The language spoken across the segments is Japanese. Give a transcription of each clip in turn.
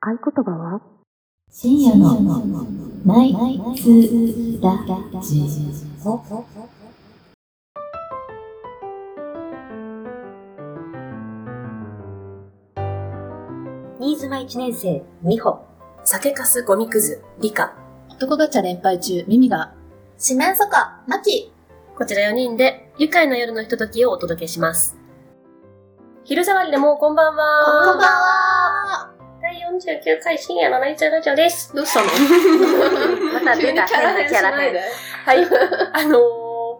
合言葉は深夜のナイツラジオ。新妻一年生、美穂。酒かすゴミくず、理科。男ガチャ連敗中、耳が。四面楚歌、マキ。こちら4人で、愉快な夜のひとときをお届けします。昼下がりでもこんばんは。こんばんは。第49回深夜のナイチャーラジオです。どうしたの また出た変なキャラ変。はい。 あのー、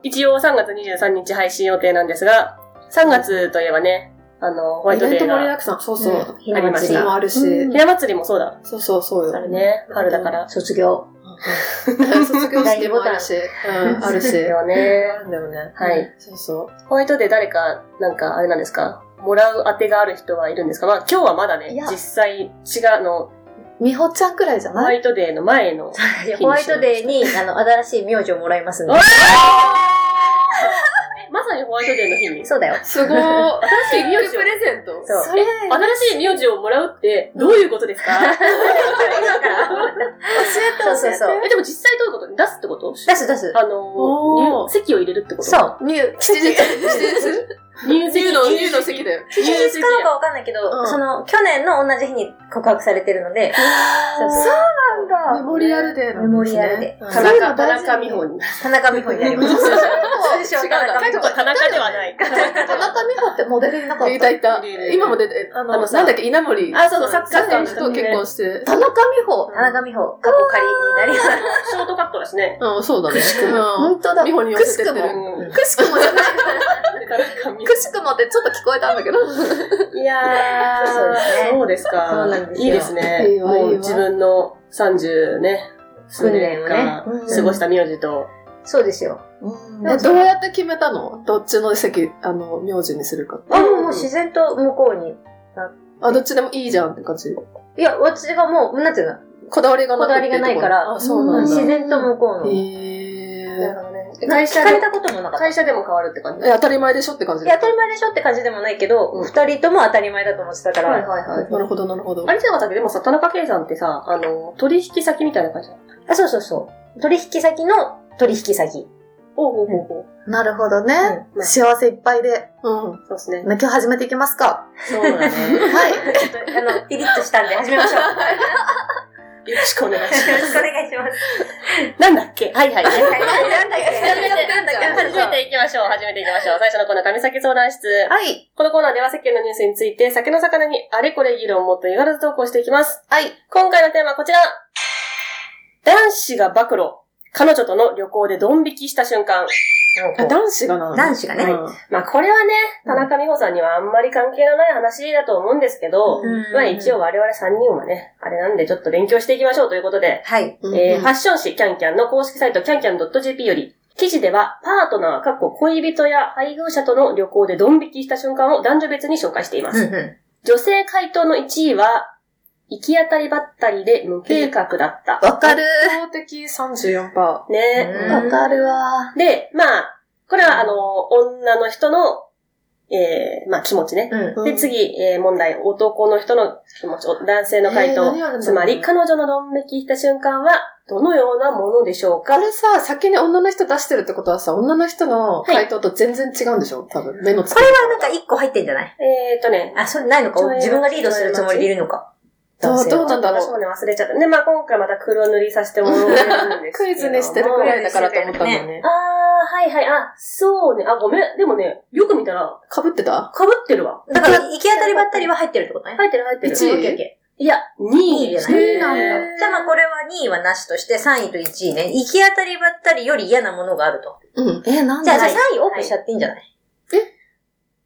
一応3月23日配信予定なんですが、3月といえばね、あの、ホワイトデーが。盛りだくさん。そうそう。うん、ひな祭りも、あるし。うんひな祭りもそうだ。そうそうそうよ。あるね。春だから。卒業。卒業式もあるし。うん、あるし。よね。あるんだよね。はい。。そうそうホワイトデー誰か、なんか、あれなんですかもらう当てがある人はいるんですかまあ今日はまだね、実際、違うの、みほちゃんくらいじゃないホワイトデーの前の。ホワイトデーに、あの、新しい名字をもらいますんで。まさにホワイトデーの日に。そうだよ。すごい。 新しい名字プレゼント。そう。新しい名字をもらうって、どういうことですか教えて、そうそうそう。え、でも実際どういうこと出すってこと出す出す。あの、席を入れるってことそう。入、吉日、吉日。入籍の、入の席だよ。吉日かどうかわかんないけど、その、去年の同じ日に告白されてるので。そうなんだ。メモリアルデーメモリアルデー。田中、田中美穂に。田中美穂になります。違うな。田中ではない。田中美穂ってモデルになかった。いたいた。今も出て、あの、なんだっけ、稲森。あ、そうそう、サッカー選手と結婚して。田中美穂。田中美穂。過去仮になります。ショートカットですね。うん、そうだね。本当だ。美穂に寄せてってる。くしくもじゃない。 くしくもってちょっと聞こえたん だけど。いやー、そうですか。いいですね。もう自分の30ね、数年間過ごした名字と。そうですよ。どうやって決めたのどっちの席、あの、名字にするかあ、もう自然と向こうにあ、どっちでもいいじゃんって感じ。いや、私がもう、なんていうのこだわりがない。こだわりがないから、自然と向こうの。会社で。聞かれたこともなかった。会社でも変わるって感じ当たり前でしょって感じいや、当たり前でしょって感じでもないけど、二人とも当たり前だと思ってたから。はいはいはい。なるほどなるほど。あれじゃなかったけど、でもさ、田中圭さんってさ、あの、取引先みたいな感じあ、そうそうそう。取引先の取引 先。おうおうおうなるほどね。幸せいっぱいで。うん。そうですね。今日始めていきますか。そうだね。はい。あ の、ピリッとしたんで始めましょう。よろしくお願いします。。よろしくお願いしますなんだっけはいはなんい。だっけ始めていきましょう。始めていきましょう。最初のコーナー、神崎相談室。はい。このコーナーでは世間のニュースについて、酒の魚にあれこれ議論をもっといがらず投稿していきます。はい。今回のテーマはこちら。男子が暴露。彼女との旅行でドン引きした瞬間。 男子がな男子がね。まあこれはね、田中美穂さんにはあんまり関係のない話だと思うんですけど、まあ一応我々3人はね、あれなんでちょっと勉強していきましょうということで、はい。えー、ファッション誌キャンキャンの公式サイトキャンキャン .jp より、記事では、パートナー、かっこ恋人や配偶者との旅行でドン引きした瞬間を男女別に紹介しています。女性回答の1位は、行き当たりばったりで無計画だった。わかる圧倒的34%。ねわかるわ。で、まあ、これはあの、女の人の、ええー、まあ気持ちね。うん、で、次、えー、問題。男の人の気持ち、男性の回答。えー、つまり、彼女の論引きした瞬間は、どのようなものでしょうかこれさ、先に女の人出してるってことはさ、女の人の回答と全然違うんでしょ、はい、多分、目のつこれはなんか一個入ってんじゃないえっとね。あ、それないのか自分がリードするつもりでいるのか。どうどうなんだろう。私もね、忘れちゃった。で、まあ今回また黒塗りさせてもらうんですけど。クイズにしてるくらいだからと思ったんだよね。ああ、はいはい。あ、そうね。あ、ごめん。でもね、よく見たら。被ってた被ってるわ。だから、行き当たりばったりは入ってるってことね。入ってる入ってる。 1位いや、2位じゃない。2位なんだ。じゃあまあこれは2位はなしとして、3位と1位ね。行き当たりばったりより嫌なものがあると。うん。え、なんだじゃあ3位オープンしちゃっていいんじゃない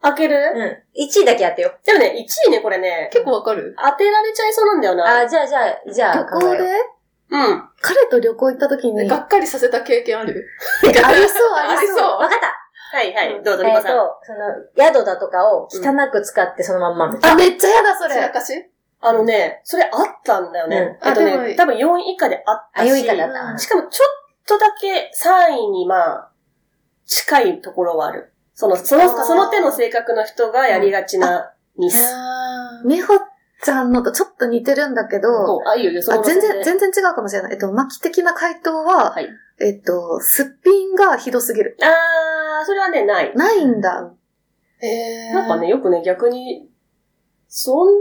開けるうん。1位だけ当てよ。でもね、1位ね、これね。結構わかる当てられちゃいそうなんだよな。あ、じゃあ、じゃあ、じゃあ、旅行でうん。彼と旅行行った時に。がっかりさせた経験あるありそう、 ありそう。わかったはいはい。どうぞ、リコさん。えっと、その、宿だとかを汚く使ってそのまんまみたいな。あ、めっちゃ嫌だ、それ。散らかしあのね、それあったんだよね。えっとね、多分4位以下であったし。 4位以下だった。しかも、ちょっとだけ3位に、まあ、近いところはある。その、その、その手の性格の人がやりがちなミス。美穂ちゃんのとちょっと似てるんだけど、もう、あ、いいよ、予想あの全線で然、全然違うかもしれない。えっと、マキ的な回答は、はいえっと、すっぴんがひどすぎる。あー、それはね、ない。ないんだ。えー。なんかね、よくね、逆に、そんな、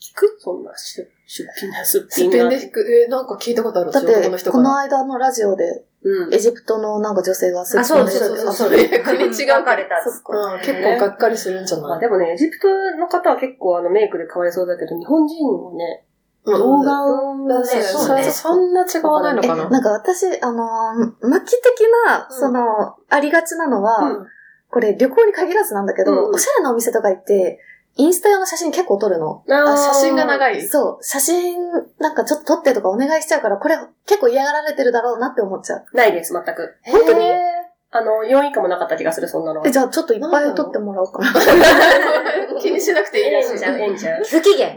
聞くそんなしゅ、出品な、すっすぴっんぺんが。で引く。えー、なんか聞いたことある。だっ男のて、人こからの間のラジオで、うん。エジプトのなんか女性がすっぴんそうでそうそうそう 国違う分かれた。そっかうん、結構がっかりするんじゃまあないでもね、エジプトの方は結構あのメイクでかわいそうだけど、日本人もね、うん動画を、うんねそそうねそそんな違わないのえ、かな なんか私、あのー、末期的な、うんその、ありがちなのは、うんこれ旅行に限らずなんだけど、うんおしゃれなお店とか行って、インスタ用の写真結構撮るの。ああ、写真がい。長い。そう、写真なんかちょっと撮ってとかお願いしちゃうから、これ結構嫌がられてるだろうなって思っちゃう。ないです、全く。本当にあの、4以下もなかった気がする、そんなのは。え、じゃあちょっといっぱい撮ってもらおうかな。気にし なくていいらしえんいじゃん、えんじゃん。不機嫌。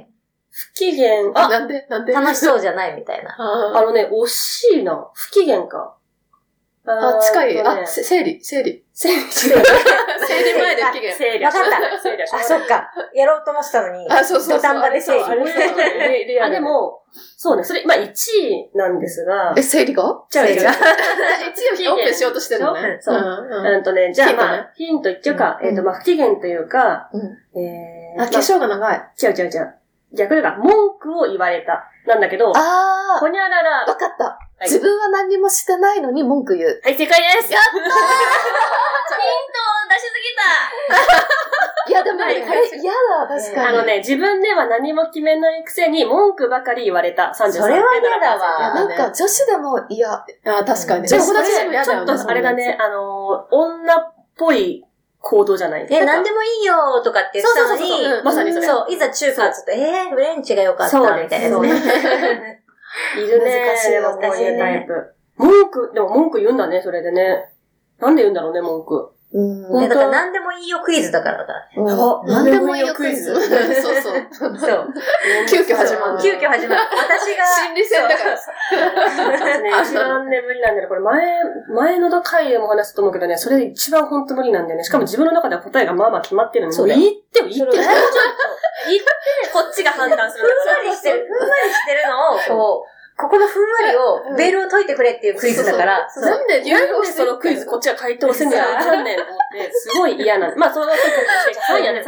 不機嫌、あ、なんでなんで楽しそうじゃないみたい な。ああのね、惜しいな。不機嫌か。あ、近い。ーっとねあ、せ整理、整理。整理し整理前で期限。整理わかった整理はしょうあ、がないそっか。やろうと思ってたのに。あ、そうそうそう。土壇場で整理あれそうあれそうリあ、で、も、そうね、それ、まあ1位なんですが、え、整理 がじゃあ、整理じゃあ1をオープンしようとしてるのね。そううんうんうんとね、じゃあ、ヒントねまあ、ヒント言っちゃうか、うんえっと、まあ、不機嫌というか、うんえー、あ、化粧が長い。まあ違う違う違う。逆だから、文句を言われた。なんだけど、あほにゃらら。ー、わはかった。い、自分は何にもしてないのに文句言う。はい、正解ですやっ出しすいや、でも、はえい嫌だ、確かあに。のね、自分では何も決めないくせに文句ばかり言われた。33それは嫌だわ。なんか女子でも嫌。あ、確かに。でもこ友れ達でも嫌ちだょよっね。とあれだね、あのー、女っぽい行動じゃないえ、なんでもいいよとかって言ってたのにそうそうそうそううんまさにそれそう、いざ中華っつって、えー、フレンチが良かったそうねみたいなそうね。いるね。難しいでもこういうタイプ。文句、でも文句言うんだね、それでね。なんで言うんだろうね、文句。うん。ね本 だ当から何でもいいよクイズだからだからね。うん何でもいいよクイズ。うんそうそう。そう。急遽 始まる。急遽始まる。私が。心理戦だから。そうね、一番ね、無理なんだよね。これ前、前の回でも話したと思うけどね、それ一番本当無理なんだよね。しかも自分の中では答えがまあまあ決まってるのに。そう言っても言そっれてをも。ねちょっ と言って、こっちが判断するんふんわりしてる、ふんわりしてるのを、こう、ここのふんわりを、ベールを解いてくれっていうクイズだから、そうなんで、なんでそのクイズこっちは回答 せんのやわかんねんと思って、すごい嫌なの。まあ、その時として、3位やね、3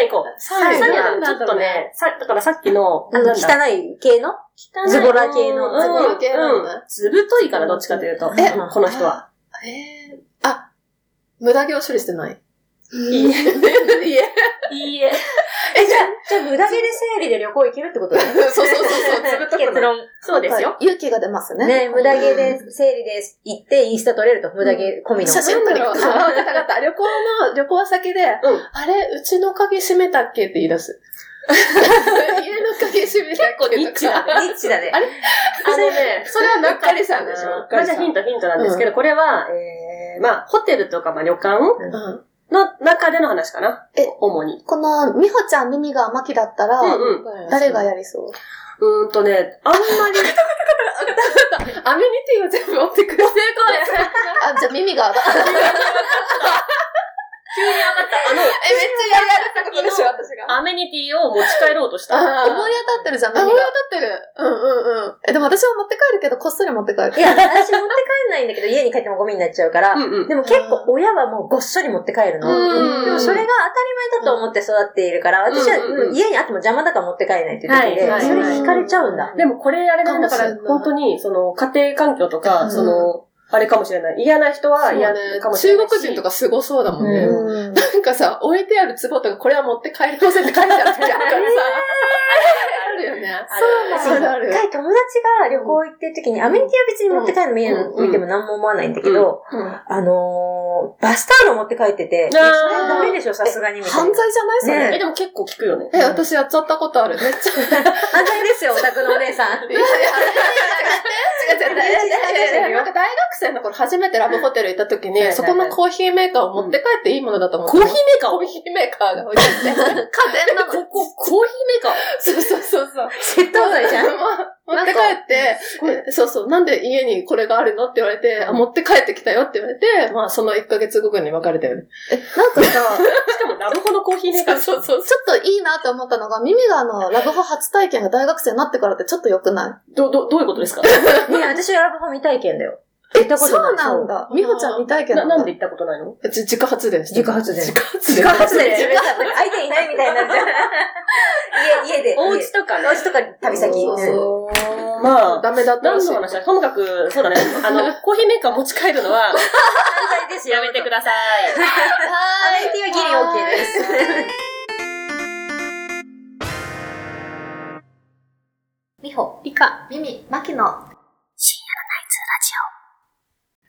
位。3位行こう。3位はでもちょっとね、さ、だからさっきの、あなの、ん汚だい系の汚いズボラ系のうんズボラ系なのねうんずぶといから、どっちかというと。えこの人は。えー、あ、無駄毛を処理して ない。いいえ。いえ。いいえ。え、じゃじゃあ、無駄毛で生理で旅行行けるってことだね。あ、そうそうそうそう、つぶとく結の。論。そうですよ。勇気が出ますね。ね、無駄毛で生理で行って、インスタ撮れると無駄毛込みの。写真撮りあ、わかったわかった。旅行の、旅行先で、んあれ、うちの鍵閉めたっけって言い出す。家の鍵閉めたっけとか。結構ニッチだニッチだね。あれあのね、それはなっかりさんでしょ。まあ、じゃあヒント、ヒントなんですけど、これは、えー、まあ、ホテルとか、まあ、旅館うん。の中での話かな。え主に。この、美穂ちゃん耳が甘きだったら、うんうん。誰がやりそううーんとね、あんまり、アメニティを全部持ってくる。成功やあ、じゃあ耳が、急に上がった。あの、 え、めっちゃやりやがったことでしょ、私が。アメニティを持ち帰ろうとした。あ思い当たってるじゃん、あ、耳思いが。当たってる。うんうんうん。え、でも私は持って帰るけど、こっそり持って帰いる。や、私持って帰んないんだけど、家に帰ってもゴミになっちゃうから、うんうん。でも結構親はもうごっそり持って帰るの。うんでもそれが当たり前だと思って育っているから、私は、うんうんうんうん家にあっても邪魔だから持って帰れないっていうだけで、はいはいそれに惹かれちゃうんだ。でもこれ、あれなんだかかもしれらな、い本当に、その、家庭環境とうか、んその、あれかもしれない。嫌な人はそう嫌だなねかもしれな中い。国人とか。かすごそうだもんね。うん。なんかさ、置いてある壺とか、これは持って帰りませんって書いてある時あるからさ。あるよね。そうなあんるあだ。る一回友達が旅行行ってる時に、アメニティは別に持って帰るの見えるうん見ても何も思わないんだけど、 あのー、バスタオル持って帰ってて、それダメでしょ、さすがにみたいな。犯罪じゃないそれ。ねえ、でも結構聞くよね。え、私やっちゃったことある。めっちゃ。犯罪ですよ、お宅のお姉さん。いやいや違う違う違う違う違うなんか大学生の頃初めてラブホテル行った時はいはいに、はいそこのコーヒーメーカーを持って帰っていいものだと思って。コーヒーメーカーコをーヒーメーカーが置いて あって。家電 なのここ、コーヒーメーカーそうそうそうそう。窃盗罪じゃん。もう持って帰って、えそうそう、なんで家にこれがあるのって言われて、あ、持って帰ってきたよって言われて、まあその1ヶ月後ぐらいに別れたよね。なんかさ、しかもラブホのコーヒーメーカー。そうそうちょっといいなって思ったのが、ミミガのラブホ初体験が大学生になってからってちょっと良くなど、ど、どういうことですかね私はラブホ未体験だよ。行ったいことそなうい。なんだ。美穂ちゃん未体験なな、んだ。なんで行ったことないのう。じ自家発電して自家発電自家発そう。電。自家発電 自分で相手いないみたいになるじゃん。家、家で。お家家とかねお。家とか旅先。そうそううんまあ、ダメだったら何しいの。話だともかく、そうだ ね。あの、コーヒーメーカー持ち帰るのは、犯罪です。 やめてください。アメニティはギリ OK です。みほ、理科。みみ、まきの。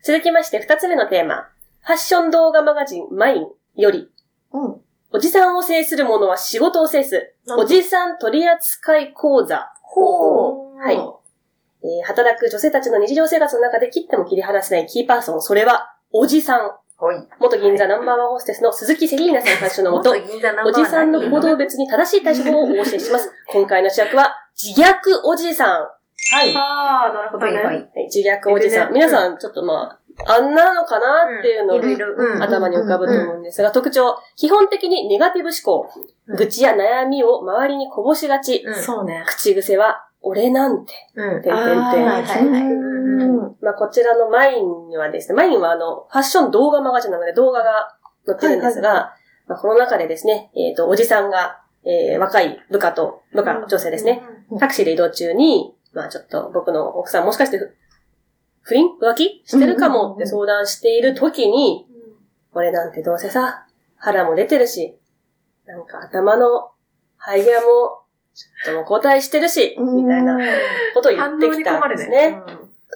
続きまして、二つ目のテーマ。ファッション動画マガジン、マインより、うんおじさんを制する者は仕事を制す、おじさん取扱講座。ほはい。えー働く女性たちの日常生活の中で切っても切り離せないキーパーソン、それは、おじさん。ほい。元銀座ナンバーワンホステスの鈴木セリーナさん監修のももと、銀座ナンバおーワンじさんの行動別に正しい対処法をお教えし ます。今回の主役は、自虐おじさん。はい。ああ、なるほはいはい。はい自虐おじさいん。るね皆さん、ちょっとまあ、あんなのかなっていうのを、いろいろ。うん頭に浮かぶと思うんですが、特徴、基本的にネガティブ思考、うん愚痴や悩みを周りにこぼしがち、うんそうね。口癖は、俺なんて、うん。てんてんてんあーはいはいはいうんまあ、こちらのマインにはですね、マインはあの、ファッション動画マガジンなので動画が載ってるんですが、まあ、この中でですね、えっ、と、おじさんが、えー若い部下と、部下、女性ですね、タクシーで移動中に、まあ、ちょっと僕の奥さんもしかしてふ、不倫浮気してるかもって相談している時に、俺なんてどうせさ、腹も出てるし、なんか頭の肺がも、ちょっともう交代してるし、みたいなことを言ってきたんですね。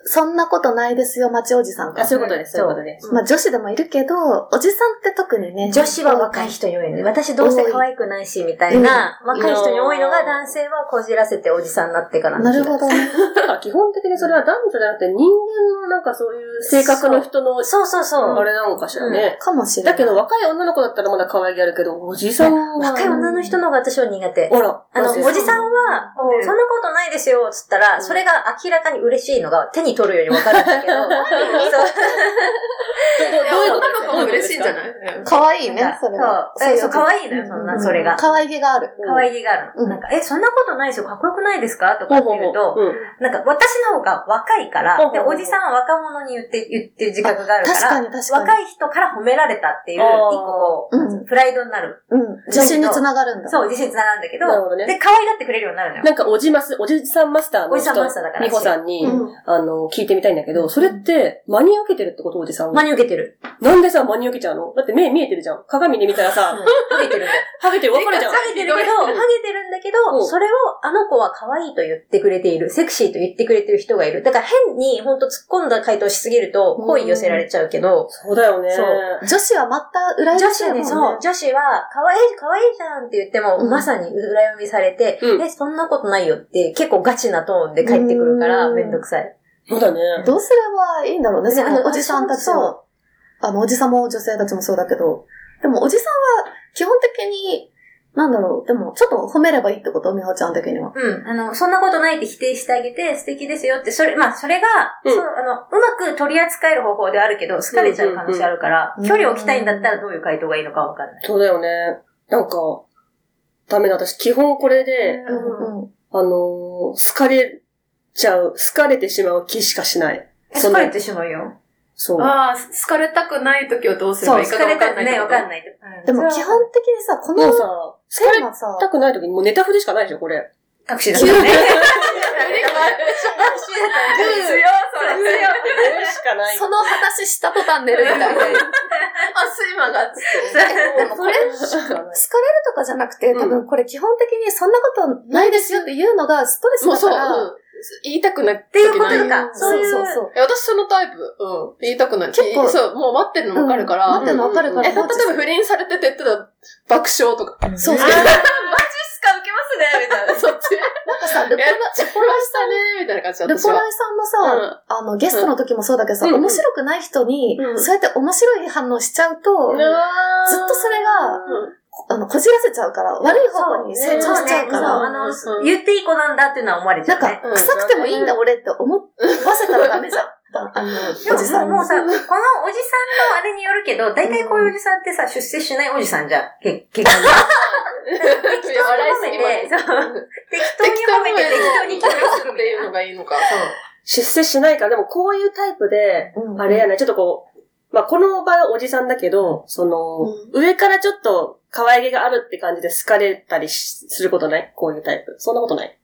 そんなことないですよ、町おじさんあ、が。そういうことです、そういうことです。まあ女子でもいるけど、おじさんって特にね。女子は若い人に多いのね。私どうせ可愛くないし、みたいな、ん若い人に多いのが男性はこじらせておじさんになってからなるほどね。だから基本的にそれは男女じゃなくて人間のなんかそういう性格の人の、そうそうそう。あれなのかしらね。かもしれなだい。けど若い女の子だったらまだ可愛げあるけど、おじさんは。若い女の人の方が私は苦手。ほら。あの、そうそうおじさんは、もうそんなことないですよ、つったら、それが明らかに嬉しいのが手に取るよりわかるんだけど、 どういうことですか女の子も嬉しいんじゃない可愛いそう、ね、それなんはか。そう、そう、可愛いのよ、そんな、それが。可愛げがある。可愛げがあるの。うんなんか、え、そんなことないですよ、かっこよくないですかとかほうってほう言うと、ほう。うんなんか私の方が若いからほうほ、うで、ほうおじさんは若者に言って、言ってる自覚があるか、確からに確かに。若い人から褒められたっていう、一あー個こうんう、プライドになる。うん。自信につながるんだ。そう、自信になるんだけどなるほどね、で、可愛がってくれるようになるのよ。なんかおじます、おじさんマスターのおじさんマスターだから美穂さんに、うんあの、聞いてみたいんだけど、それって、真に受けてるってことおじさん真は。に受けてる。なんでさ、真に受けちゃうのだって目見えてるじゃん。鏡で見たらうんさ、受けてるんだよ。ハゲてるわかるじゃん。ハゲてるけど、ハゲてるんだけうど、んそれをあの子は可愛いと言ってくれている、セクシーと言ってくれてる人がいる。だから変に本当突っ込んだ回答しすぎると、好意寄せられちゃうけど、そうだよね。そう女子は全く裏切女らせ子ないもんでねそう、女子は、可愛い、可愛いじゃんって言っても、うんまさに裏読みされて、うんえ、そんなことないよって、結構ガチなトーンで帰ってくるから、うんめんどくさい。そうだね。どうすればいいんだろうね、ねそあののおじさんたちそも。あの、おじさんも女性たちもそうだけど。でも、おじさんは基本的に、なんだろう、でも、ちょっと褒めればいいってことみほちゃん的には。うん。あの、そんなことないって否定してあげて、素敵ですよって、それ、まあ、それが、うんそう、あの、うまく取り扱える方法ではあるけど、好かれちゃう可能性あるから、うんうんうん距離を置きたいんだったらどういう回答がいいのかわかんない。そうだよね。なんか、ダメだ。私、基本これで、うん。あのー好かれちゃう、好かれてしまう気しかしない。えそ好んなかれてしまうよ。そう。ああ、好かれたくない時はどうすれそう、ばいい好かかがれわかたんなくいね、わかんい。ないと。うんでも、基本的にさ、こもうのさ、好かテーれマさ、たくない時にもうネタフでしかないでしょ、これ。タクシーだったね。タクシーだったね。ネ強そう。タしかない。その話した途端寝るみたいな。好かれる あ、睡魔が。でもこれしかない。とかじゃなくて、多う分これ基本的にそんなことないですよっていうのがストレスもうだそう、から。うん。言いたくない。っていうことうんかそういうそうそう。え、私そのタイプ。うん。言いたくない。結構いそう、もう待ってるの分かるから。うん待ってるの分かるからえ、例えば不倫されててって言ったら、爆笑とか。そうそう。あーなんかか受けますね、みたいな。そっち。さ、ルポえラ、ちっぽらしたねみたいな感じだった。ルポライさんのさ、あの、ゲストの時もそうだけどさ、うん面白くない人に、うんそうやって面白い反応しちゃうと、私はずっとそれが うんあの、こじらせちゃうから、悪い方向に成長しちゃうかそうら、あの、言っていい子なんだっていうのは思われちゃなんうね。か、臭くてもいいんだ俺って思わせたらダメじゃん。あの、おでもじさんにもうさ、このおじさんのあれによるけど、大体こういうおじさんってさ、出世しないおじさんじゃん。け結局。適当に褒めて、そう適当に褒めて、適当に適協当力に褒めすてるっみていたいうな。のがいいのか。出世しないから、でもこういうタイプで、うんあれやね、ちょっとこう、まあ、この場合おじさんだけど、その、上からちょっと可愛げがあるって感じで好かれたりしすることないこういうタイプ。そんなことない。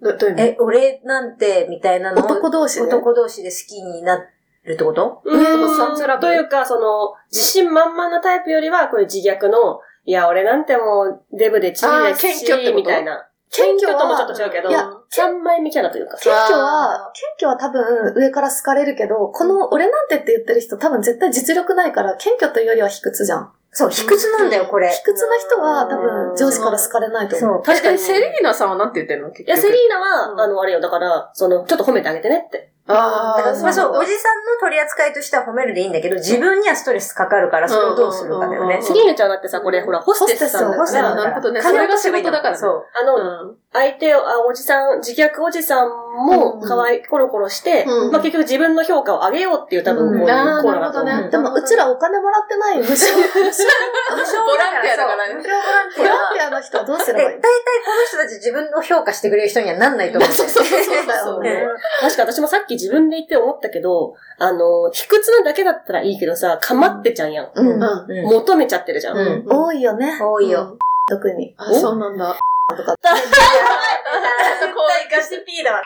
どどういう意味え、俺なんて、みたいなのを男同士で。男同士で好きになるってことうでもサンズラーん。ブというか、その、自信満々なタイプよりは、こういう自虐の、いや、俺なんてもう、デブでチビだし、あー謙虚ってことみたいな。謙虚ともちょっと違うけどいや、三枚目キャラというか。謙虚は、謙虚は多分上から好かれるけど、この俺なんてって言ってる人多分絶対実力ないから、謙虚というよりは卑屈じゃん。そう、卑屈なんだよ、これ。卑屈な人は多分上司から好かれないとそ思う。う。確かえに。セリーナさんはなんて言ってんの結いや、セリーナは、うんあの、あれよ、だから、その、ちょっと褒めてあげてねって。あだからまあそう、おおじさんの取り扱いとしては褒めるでいいんだけど、自分にはストレスかかるから、それをどうするかだよねうん。セリーナちゃんだってさ、これ、ほら、ホステスさんだホかステスら、なるほどね金をそれが出せばいいん仕事だからねそう。あの、相手を、あ、おじさん、自虐おじさんも、うんかわい、コロコロして、うんまあ結局自分の評価を上げようっていう、多分、こういううんコーナあーーだと思う。なるほどねでも、うちらお金もらってない無償、無償ボランティアだからねそう無償ボランテボィアランティアの人はどうすで、れば大いい体この人たち自分の評価してくれる人にはなん ないと思うんだよね。そうそうそうだよね確か私もさっき自分で言って思ったけど、あの、卑屈なだけだったらいいけどさ、かまってちゃんやん。ううんん。うん求めちゃってるじゃん。うん多いよね。多いよ。特に。あ、そうなんだ。絶対ガシピーだわ。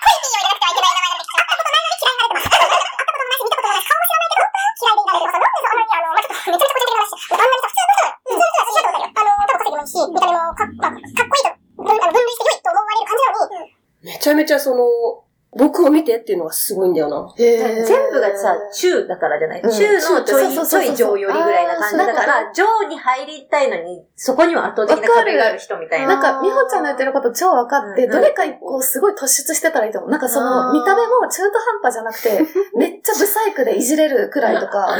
めちゃめちゃその、僕を見てっていうのがすごいんだよな。へー全部がさ、中だからじゃない。うん中のちょい、そうちそょうそうそうい上よりぐらいな感じだかあら、上に入りたいのに、そこには圧倒的なわか壁るがある人みたいな。なんか、みほちゃんの言ってること超分かって、うんどれか一個すごい突出してたらいいと思う。なんかその、見た目も中途半端じゃなくて、めっちゃブサイクでいじれるくらいと か、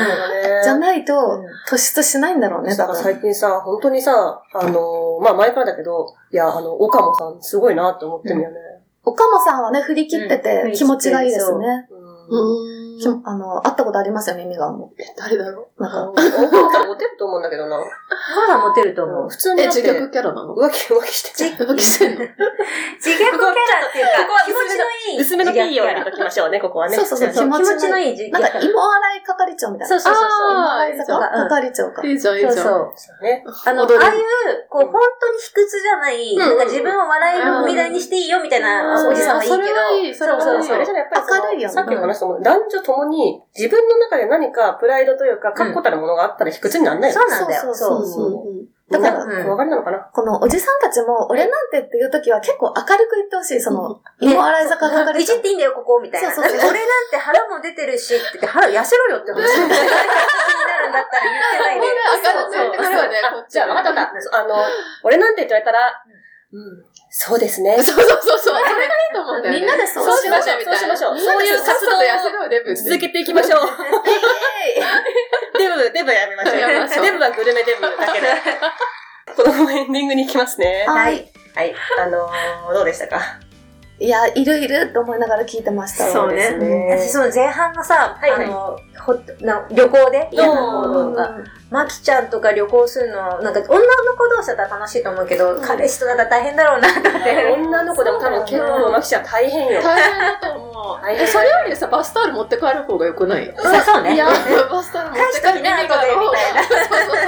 じゃないと突出しないんだろうね、だ多か分。ら最近さ、本当にさ、あの、まあ前からだけど、いや、あの、岡もさんすごいなって思ってるよね。岡本さんはね、振り切ってうてん気持ちがいいですね。うん。うきーん。もあの、会ったことありますよね、ミガンも。誰だろなんか、岡もさんモテると思うんだけどな。まだモテると思う。普通うにえ、だって自虐浮キャラなの気、浮気してる。 浮気してんの自虐キャラっていうか、気持ちのいい。薄めのピーを入れ自虐ときましょうね、ここはね。そうそうそうキャラ気気持持ちちののいい自虐なんか、キャ芋洗い係長みたラ。いな。そうそうそうそう。あーあれ坂うん係長か。いいじゃん、いいそうじゃん。そう。ね。あの、あ踊れるあいう、こう、本当に卑屈じゃない、んうんなんか自分を笑えるみたいにしていいよみたいなうんおじさんはいいけど、それはいいそれはいいそうそそううあれそじう。ゃないやっぱりその明るいよねさっきの話とも男女ともに自分の中で何かプライドというか確固たるものがあったら卑屈になんないよそうなんだそよ。うそうそう。うんうんだからみんなお分かりなのかなこのおじさんたちも、俺なんてっていう時は結構明るく言ってほしい。その、芋洗い坂係いじ長っ。ていいんだよ、ここ、みたいな。そうそうそうだって俺なんて腹も出てるし、って言って腹痩せろよ って話。気になるんだったら言ってないで。そうそうそうそうねこっちじゃあ、わかったわかった。あの、俺なんてって言われたら、うん、そうですね。そうそうそうそう。それがいいと思うんだよね。みんなでそうそうししままししょょうう。そうしましょうそういう活動を痩せろ、レブ。続けていきましょう。デブ、デブやめましょう。やめましょうデブはグルメデブだけで。このままエンディングに行きますね。ははいい。はい。あのー、どうでしたか いや、いるいるって思いながら聞いてました。そうねですね私、その前半のさ、はいはいあの、ほな旅行で嫌な行動が、まきちゃんとか旅行するの、なんか女の子同士だったら楽しいと思うけど、彼氏とだったら大変だろうなと思って。女の子でも多分結構、マキちゃん大変よ。大変だと思う。大変え、それよりさ、バスタオル持って帰る方が良くないいそうそうね。や、バスタオル持って帰る返しときな後でみたいなそうそうそう。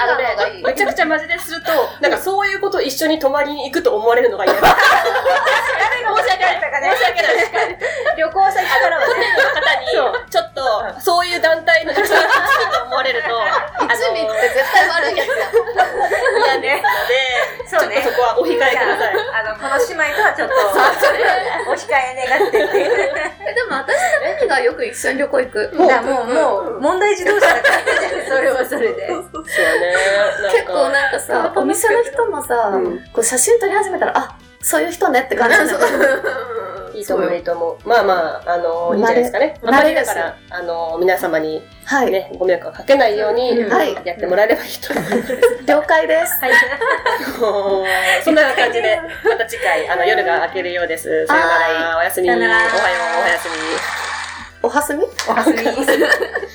あのね、めちゃくちゃマジですると、なんかそういうこと一緒に泊まりに行くと思われるのが嫌だ。申し訳ない。申し訳ない。旅行先からはね。の方に、 ちょっと、そういう団体の女性が好きと思われると、あの、罪って絶対悪い やつだ。嫌ですので、ちょそうっねとそこはお控えください。あの、この姉妹とはちょっと、お控え願ってっていう。えでも私とレミがよく一緒に旅行行く。だからもう、もう、問題児同士だから、 それはそれで。そうね。結構なんかさ、お店の人もさ、うんこう写真撮り始めたら、あ、そういう人ねって感じで。いいいと思う、いいと思う。まあまあ、あの、いいんじゃないですかね。慣れ慣れでだすから、あの、皆様にはい。ね、ご迷惑をかけないように、うんはいやってもらえればいい と思います。了解です。はい。そんな感じで、また次回、あの、夜が明けるようです。さようなら、おやすみ。おさはよよう、ならおはすみ。おはすみおはすみ。